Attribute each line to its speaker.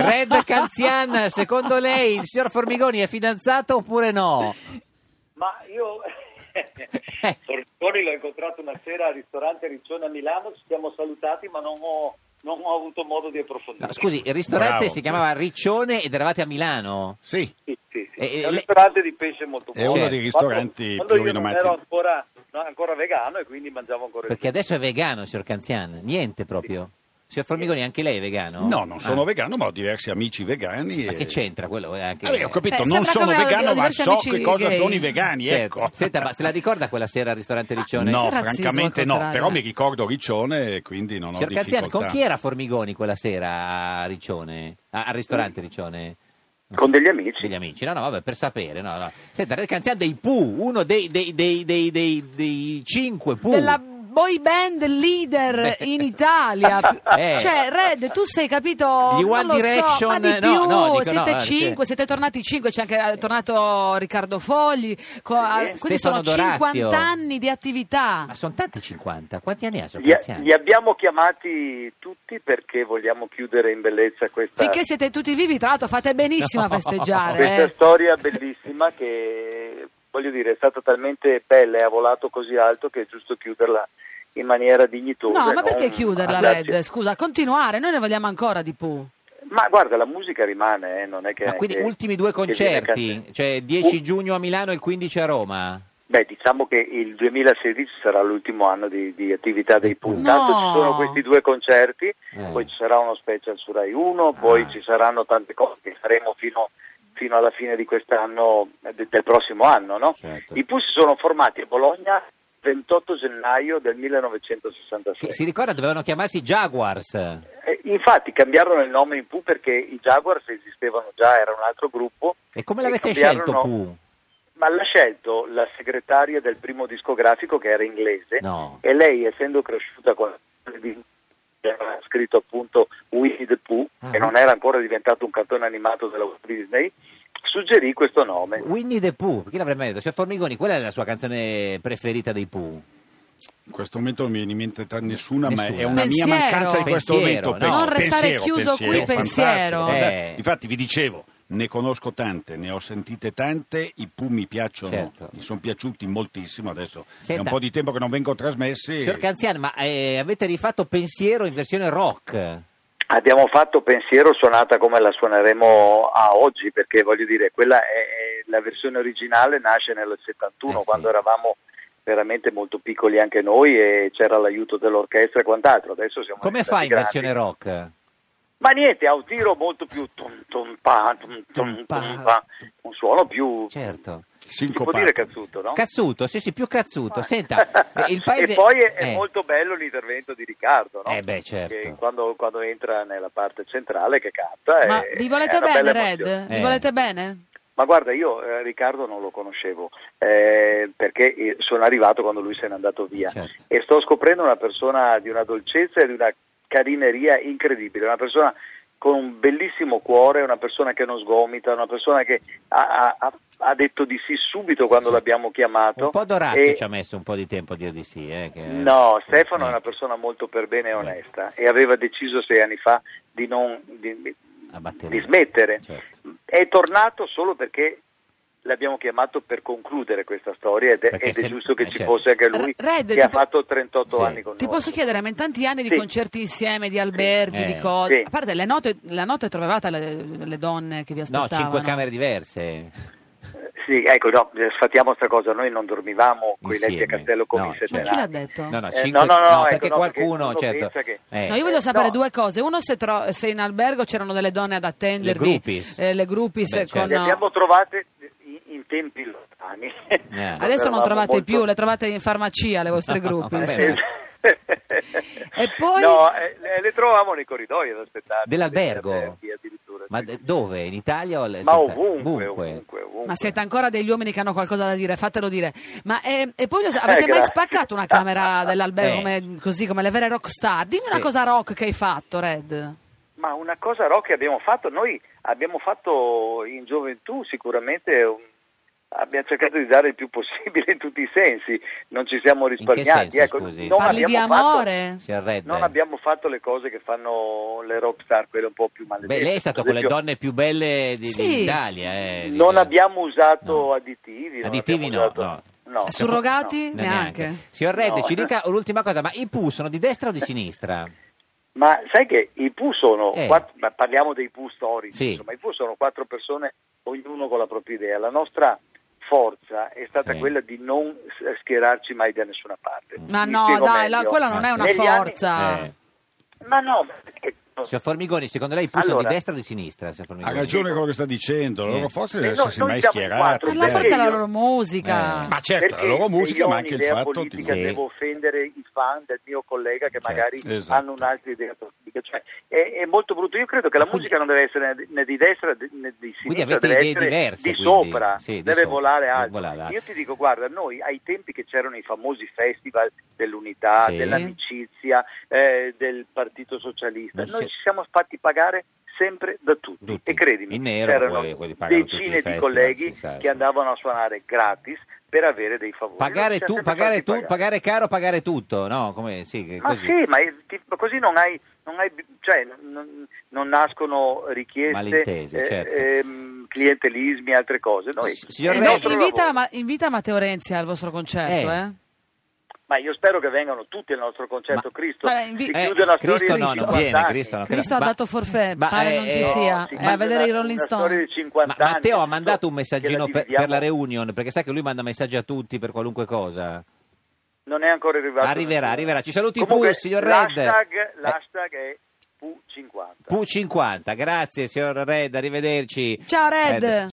Speaker 1: Red Canzian, secondo lei il signor Formigoni è fidanzato oppure no?
Speaker 2: Ma io Formigoni l'ho incontrato una sera al ristorante Riccione a Milano, ci siamo salutati ma non ho, non ho avuto modo di approfondire.
Speaker 1: No, scusi, il ristorante
Speaker 3: Bravo.
Speaker 1: si chiamava Riccione ed eravate a Milano?
Speaker 3: Sì,
Speaker 2: Sì, sì, sì.
Speaker 1: Eh, eh,
Speaker 2: è un
Speaker 1: le-
Speaker 2: ristorante di pesce molto
Speaker 3: è
Speaker 2: buono.
Speaker 3: uno
Speaker 1: Certo.
Speaker 3: dei ristoranti
Speaker 2: Quando-
Speaker 3: più
Speaker 2: quando io non ero
Speaker 3: rinomati.
Speaker 2: ancora, no, ancora vegano e quindi mangiavo ancora il
Speaker 1: Perché adesso è vegano, signor Canzian, niente proprio. Signor Formigoni, anche lei è vegano?
Speaker 3: No, non sono
Speaker 1: Ah,
Speaker 3: vegano, ma ho diversi amici vegani.
Speaker 1: Ma
Speaker 3: e-
Speaker 1: che c'entra quello? È anche-
Speaker 3: Vabbè, ho capito,
Speaker 4: Eh,
Speaker 3: non
Speaker 4: sembra
Speaker 3: sono
Speaker 4: come ho
Speaker 3: vegano, ma
Speaker 4: diversi
Speaker 3: so
Speaker 4: amici
Speaker 3: che cosa
Speaker 4: gay.
Speaker 3: sono i vegani,
Speaker 1: Certo.
Speaker 3: ecco.
Speaker 1: Senta, ma se la ricorda quella sera al ristorante Riccione?
Speaker 3: No,
Speaker 4: Che razzismo
Speaker 3: francamente
Speaker 4: al
Speaker 3: no,
Speaker 4: contrario,
Speaker 3: però
Speaker 4: eh.
Speaker 3: mi ricordo Riccione e quindi non ho
Speaker 1: Signor Canzian,
Speaker 3: difficoltà.
Speaker 1: con chi era Formigoni quella sera a Riccione? A- al ristorante Riccione?
Speaker 2: Con degli amici.
Speaker 1: Degli amici? No, no, vabbè, per sapere. No, no. Senta, Red Canzian dei Pooh, uno dei, dei, dei, dei, dei- dei cinque Pooh.
Speaker 4: della boy band leader in Italia.
Speaker 1: Eh.
Speaker 4: Cioè, Red, tu sei capito?
Speaker 1: Gli
Speaker 4: non
Speaker 1: One
Speaker 4: lo so,
Speaker 1: Direction,
Speaker 4: ma di
Speaker 1: eh, no,
Speaker 4: più,
Speaker 1: no, dico,
Speaker 4: siete
Speaker 1: no, eh,
Speaker 4: cinque,
Speaker 1: sì.
Speaker 4: siete tornati cinque, c'è anche è tornato Riccardo Fogli. co- ah, questi
Speaker 1: Eh, Stefano
Speaker 4: sono
Speaker 1: Dorazio. Ah,
Speaker 4: 50 anni di attività.
Speaker 1: Ma sono tanti 50. Quanti anni ha, signor
Speaker 2: Li,
Speaker 1: Canzian?
Speaker 2: li abbiamo chiamati tutti perché vogliamo chiudere in bellezza questa,
Speaker 4: Finché siete tutti vivi, tra l'altro fate benissimo
Speaker 1: No.
Speaker 4: a festeggiare.
Speaker 2: questa
Speaker 4: eh.
Speaker 2: storia bellissima che voglio dire è stata talmente bella e ha volato così alto che è giusto chiuderla in maniera dignitosa.
Speaker 4: No, ma
Speaker 2: non
Speaker 4: perché chiuderla,
Speaker 2: andarci-
Speaker 4: Red? Scusa, continuare, noi ne vogliamo ancora di più.
Speaker 2: Ma guarda, la musica rimane, eh, non è che...
Speaker 1: Ma quindi
Speaker 2: che-
Speaker 1: ultimi due
Speaker 2: che viene
Speaker 1: concerti,
Speaker 2: cantata.
Speaker 1: cioè 10
Speaker 2: U-
Speaker 1: giugno a Milano e il 15 a Roma.
Speaker 2: Beh, diciamo che il 2016 sarà l'ultimo anno di, di attività dei Pooh.
Speaker 1: No.
Speaker 2: Intanto ci sono questi due concerti, poi ci sarà uno special su Rai 1, poi
Speaker 1: Eh. Ah.
Speaker 2: ci saranno tante cose che faremo fino, fino alla fine di quest'anno, eh, de- del prossimo anno, no?
Speaker 1: Certo.
Speaker 2: I Pooh si sono formati a Bologna il 28 gennaio del
Speaker 1: Che
Speaker 2: 1966.
Speaker 1: si ricorda dovevano chiamarsi Jaguars.
Speaker 2: Eh, Infatti cambiarono il nome in Pooh perché i Jaguars esistevano già, era un altro gruppo.
Speaker 1: E come l'avete
Speaker 2: E
Speaker 1: scelto
Speaker 2: cambiarono-
Speaker 1: Pooh?
Speaker 2: Ma l'ha scelto la segretaria del primo discografico che era inglese
Speaker 1: No.
Speaker 2: e lei essendo cresciuta con era scritto appunto Winnie the Pooh
Speaker 1: Ah.
Speaker 2: che non era ancora diventato un cartone animato della Walt Disney suggerì questo nome
Speaker 1: Winnie the Pooh, chi l'avrebbe mai detto? Signor Formigoni, quella è la sua canzone preferita dei Pooh?
Speaker 3: In questo momento non mi viene in mente tra nessuna,
Speaker 1: Nessuna.
Speaker 3: ma è una
Speaker 4: Pensiero.
Speaker 3: mia mancanza di questo
Speaker 1: Pensiero,
Speaker 3: momento.
Speaker 1: no?
Speaker 3: Pe-
Speaker 1: Non
Speaker 4: restare
Speaker 3: pensiero,
Speaker 4: chiuso qui, pensiero.
Speaker 3: fantastico.
Speaker 1: Eh.
Speaker 3: Infatti vi dicevo, ne conosco tante, ne ho sentite tante, i Pooh mi piacciono,
Speaker 1: Certo.
Speaker 3: mi sono piaciuti moltissimo adesso. È
Speaker 1: Senta.
Speaker 3: un po' di tempo che non vengo trasmessi.
Speaker 1: Signor Canzian, ma eh, avete rifatto Pensiero in versione rock?
Speaker 2: abbiamo fatto pensiero suonata come la suoneremo a oggi perché voglio dire quella è, è- la versione originale nasce nel 71
Speaker 1: Eh sì.
Speaker 2: quando eravamo veramente molto piccoli anche noi e c'era l'aiuto dell'orchestra e quant'altro adesso siamo
Speaker 1: Come
Speaker 2: diventati
Speaker 1: fa in
Speaker 2: grandi.
Speaker 1: versione rock?
Speaker 2: Ma niente, ha un tiro molto più tum tum pa, tum tum
Speaker 1: pa.
Speaker 2: tum pa, un suono più
Speaker 1: Certo.
Speaker 2: si può
Speaker 3: Sincopato.
Speaker 2: dire cazzuto, no?
Speaker 1: Cazzuto, sì sì, più cazzuto. Senta, eh, il paese...
Speaker 2: e poi è, è
Speaker 1: eh,
Speaker 2: molto bello l'intervento di Riccardo, no?
Speaker 1: Eh beh, certo.
Speaker 2: Che quando, quando entra nella parte centrale che canta.
Speaker 4: Ma
Speaker 2: è-
Speaker 4: vi
Speaker 2: Eh, è
Speaker 4: volete
Speaker 2: una
Speaker 4: bene,
Speaker 2: bella
Speaker 4: Red?
Speaker 2: emozione.
Speaker 4: Vi
Speaker 1: Eh.
Speaker 4: volete bene?
Speaker 2: Ma guarda, io eh, Riccardo non lo conoscevo eh, perché eh, sono arrivato quando lui se n'è andato via
Speaker 1: Certo.
Speaker 2: e sto scoprendo una persona di una dolcezza e di una carineria incredibile, una persona con un bellissimo cuore, una persona che non sgomita, una persona che ha, ha- ha detto di sì subito quando l'abbiamo chiamato.
Speaker 1: Un po' Dorazio
Speaker 2: E-
Speaker 1: ci ha messo un po' di tempo a dire di sì. eh, che-
Speaker 2: No, Stefano
Speaker 1: Eh.
Speaker 2: è una persona molto per bene e
Speaker 1: Eh.
Speaker 2: onesta e aveva deciso sei anni fa di, non, di,
Speaker 1: A battere.
Speaker 2: di smettere.
Speaker 1: Certo.
Speaker 2: È tornato solo perché l'abbiamo chiamato per concludere questa storia ed è,
Speaker 1: Perché
Speaker 2: ed è
Speaker 1: se-
Speaker 2: giusto che
Speaker 1: eh,
Speaker 2: ci
Speaker 1: certo.
Speaker 2: fosse anche lui
Speaker 4: R- Red,
Speaker 2: che
Speaker 4: ti
Speaker 2: ha
Speaker 4: po-
Speaker 2: fatto 38
Speaker 1: Sì.
Speaker 2: anni con
Speaker 4: Ti
Speaker 2: noi.
Speaker 4: posso chiedere, ma in tanti anni di
Speaker 2: Sì.
Speaker 4: concerti insieme, di alberghi,
Speaker 1: Eh.
Speaker 4: di cose...
Speaker 2: Sì.
Speaker 4: A parte le note, la notte trovavate le, le donne che vi
Speaker 1: No,
Speaker 4: aspettavano?
Speaker 1: cinque camere diverse.
Speaker 2: Eh, Sì, ecco, no, eh, sfattiamo sta cosa, noi non dormivamo con i letti
Speaker 1: Insieme.
Speaker 2: a Castello
Speaker 1: No,
Speaker 2: Comisse
Speaker 4: Ma chi l'ha detto?
Speaker 1: No, no,
Speaker 2: Eh,
Speaker 1: cinque...
Speaker 2: no, no, no, ecco,
Speaker 1: perché
Speaker 2: no, perché
Speaker 1: qualcuno...
Speaker 2: uno
Speaker 1: certo.
Speaker 2: pensa che-
Speaker 1: Eh.
Speaker 4: No, io voglio sapere
Speaker 2: no.
Speaker 4: due cose. Uno, se, tro- se in albergo c'erano delle donne ad attendervi,
Speaker 1: Le groupies.
Speaker 4: eh, le groupies
Speaker 1: Beh, certo.
Speaker 4: con-
Speaker 2: Le abbiamo trovate in, in tempi lontani.
Speaker 1: Eh.
Speaker 4: Adesso non
Speaker 2: Eravamo
Speaker 4: trovate
Speaker 2: molto-
Speaker 4: più, le trovate in farmacia le vostre groupies.
Speaker 1: Ah, Vabbè.
Speaker 4: E poi-
Speaker 2: No, eh, le, le trovavamo nei corridoi ad aspettare. Degli
Speaker 1: Dell'albergo?
Speaker 2: alberghi addirittura,
Speaker 1: Ma
Speaker 2: sì.
Speaker 1: d- eh, certo. dove? In Italia? o-
Speaker 2: Ma
Speaker 1: Senta,
Speaker 2: ovunque, ovunque, ovunque.
Speaker 4: Ma siete ancora degli uomini che hanno qualcosa da dire, fatelo dire. Ma eh, e poi lo sa- avete
Speaker 2: Eh,
Speaker 4: mai
Speaker 2: grazie.
Speaker 4: spaccato una camera dell'albergo
Speaker 1: Eh.
Speaker 4: come, così come le vere rockstar? Dimmi una
Speaker 1: Sì.
Speaker 4: cosa rock che hai fatto, Red.
Speaker 2: Ma una cosa rock che abbiamo fatto, noi abbiamo fatto in gioventù sicuramente un- abbiamo cercato di dare il più possibile in tutti i sensi, non ci siamo risparmiati.
Speaker 1: senso,
Speaker 2: ecco,
Speaker 1: scusi? Eh,
Speaker 2: non
Speaker 4: Parli di
Speaker 2: abbiamo fatto-
Speaker 4: amore?
Speaker 1: Si arrede.
Speaker 2: non abbiamo fatto le cose che fanno le rockstar, quelle un po' più maledette.
Speaker 1: Beh, lei è stato
Speaker 2: Per
Speaker 1: con le
Speaker 2: esempio,
Speaker 1: donne più belle di,
Speaker 4: Sì.
Speaker 1: d'Italia. eh, di-
Speaker 2: Non abbiamo usato
Speaker 1: No.
Speaker 2: additivi. non
Speaker 1: Additivi
Speaker 2: abbiamo
Speaker 1: no,
Speaker 2: usato- no.
Speaker 4: Surrogati?
Speaker 2: No.
Speaker 1: No,
Speaker 4: Neanche.
Speaker 1: Signor Redde,
Speaker 2: No.
Speaker 1: ci dica l'ultima cosa, ma i PU sono di destra o di sinistra?
Speaker 2: Ma sai che i PU sono,
Speaker 1: Eh.
Speaker 2: quatt- ma parliamo dei PU storici,
Speaker 1: Sì.
Speaker 2: insomma, i PU sono quattro persone, ognuno con la propria idea. La nostra forza è stata
Speaker 1: Sì.
Speaker 2: quella di non s- schierarci mai da nessuna parte.
Speaker 4: Mm. Ma
Speaker 2: Mi
Speaker 4: no,
Speaker 2: spiego
Speaker 4: dai, la-
Speaker 2: meglio.
Speaker 4: quella non
Speaker 1: Ma
Speaker 4: è
Speaker 1: sì.
Speaker 4: una
Speaker 2: Negli anni-
Speaker 4: forza.
Speaker 1: Eh.
Speaker 2: Ma no, ma perché-
Speaker 1: Signor Formigoni, secondo lei i PU sono
Speaker 2: Allora.
Speaker 1: di destra o di sinistra? signor
Speaker 3: Ha
Speaker 1: Formigoni?
Speaker 3: ragione quello che sta dicendo, la
Speaker 1: Eh.
Speaker 3: loro forza
Speaker 2: Eh,
Speaker 3: è di
Speaker 2: no,
Speaker 3: non essersi
Speaker 2: noi
Speaker 3: mai
Speaker 2: siamo
Speaker 3: schierati.
Speaker 2: quattro,
Speaker 4: Per la
Speaker 2: Perché
Speaker 4: forza è la
Speaker 2: io-
Speaker 4: loro musica.
Speaker 1: Eh.
Speaker 3: Ma certo, la
Speaker 2: perché
Speaker 3: loro musica,
Speaker 2: io
Speaker 3: ma
Speaker 2: ho
Speaker 3: anche il
Speaker 2: un'idea
Speaker 3: fatto di...
Speaker 2: politica
Speaker 1: Sì.
Speaker 2: devo offendere i fan del mio collega che
Speaker 1: Certo,
Speaker 2: magari
Speaker 3: esatto.
Speaker 2: hanno un'altra idea politica. Cioè, è, è molto brutto. Io credo che la
Speaker 1: Ma quindi-
Speaker 2: musica non deve essere né di- né di destra né di
Speaker 1: Quindi
Speaker 2: sinistra,
Speaker 1: avete
Speaker 2: deve
Speaker 1: idee
Speaker 2: essere
Speaker 1: diverse,
Speaker 2: di
Speaker 1: quindi.
Speaker 2: sopra,
Speaker 1: Sì, di
Speaker 2: deve
Speaker 1: sopra,
Speaker 2: volare
Speaker 1: deve
Speaker 2: alto.
Speaker 1: volare alto.
Speaker 2: Io ti dico, guarda, noi ai tempi che c'erano i famosi festival dell'unità,
Speaker 1: Sì.
Speaker 2: dell'amicizia, eh, del Partito Socialista,
Speaker 1: Non
Speaker 2: noi
Speaker 1: c'è-
Speaker 2: ci siamo fatti pagare sempre da tutti,
Speaker 1: Tutti.
Speaker 2: e credimi
Speaker 1: In nero,
Speaker 2: c'erano
Speaker 1: quelli- quelli pagano tutti i
Speaker 2: decine di
Speaker 1: festival,
Speaker 2: colleghi
Speaker 1: si sa,
Speaker 2: che
Speaker 1: sì.
Speaker 2: andavano a suonare gratis per avere dei favori
Speaker 1: Pagare,
Speaker 2: Ci ha
Speaker 1: tu,
Speaker 2: sempre
Speaker 1: pagare,
Speaker 2: fatti
Speaker 1: tu, pagare caro, pagare tutto, no? Come, sì, che-
Speaker 2: ma
Speaker 1: così.
Speaker 2: sì, ma eh, ti- ma così non hai, non hai bi- cioè, non, non nascono richieste, eh,
Speaker 1: Malintesi, certo.
Speaker 2: ehm, clientelismi e altre cose. Noi,
Speaker 1: S- signor
Speaker 2: il
Speaker 4: Eh, beh,
Speaker 2: nostro
Speaker 4: invita,
Speaker 2: lavoro-
Speaker 4: ma- invita Matteo Renzi al vostro concerto,
Speaker 1: Eh.
Speaker 4: eh?
Speaker 2: ma io spero che vengano tutti al nostro concerto.
Speaker 1: Ma-
Speaker 2: Cristo
Speaker 4: Vabbè, invi-
Speaker 2: si
Speaker 1: Eh,
Speaker 2: chiude una storia
Speaker 1: Cristo
Speaker 2: di
Speaker 1: no, non
Speaker 2: 50
Speaker 1: viene,
Speaker 2: anni.
Speaker 1: Cristo no.
Speaker 4: Cristo
Speaker 1: Ma-
Speaker 4: ha dato forfè,
Speaker 1: ma,
Speaker 4: pare
Speaker 1: eh,
Speaker 4: non
Speaker 1: eh,
Speaker 4: ci sia.
Speaker 2: si
Speaker 4: È
Speaker 2: chiude
Speaker 4: a vedere
Speaker 2: una-
Speaker 4: i Rolling
Speaker 2: una storia
Speaker 4: Stone.
Speaker 2: di 50
Speaker 1: Ma
Speaker 2: anni,
Speaker 1: Matteo ha
Speaker 2: adesso
Speaker 1: mandato un
Speaker 2: che la
Speaker 1: messaggino per, per
Speaker 2: dividiamo-
Speaker 1: la reunion, perché sa che lui manda messaggi a tutti per qualunque cosa.
Speaker 2: Non è ancora arrivato.
Speaker 1: Arriverà,
Speaker 2: nessuno.
Speaker 1: arriverà. Ci saluti
Speaker 2: Comunque,
Speaker 1: pure, signor Red.
Speaker 2: l'hashtag,
Speaker 1: Eh,
Speaker 2: L'hashtag è Pu50.
Speaker 1: Pu50. Grazie, signor Red, arrivederci.
Speaker 4: Ciao Red.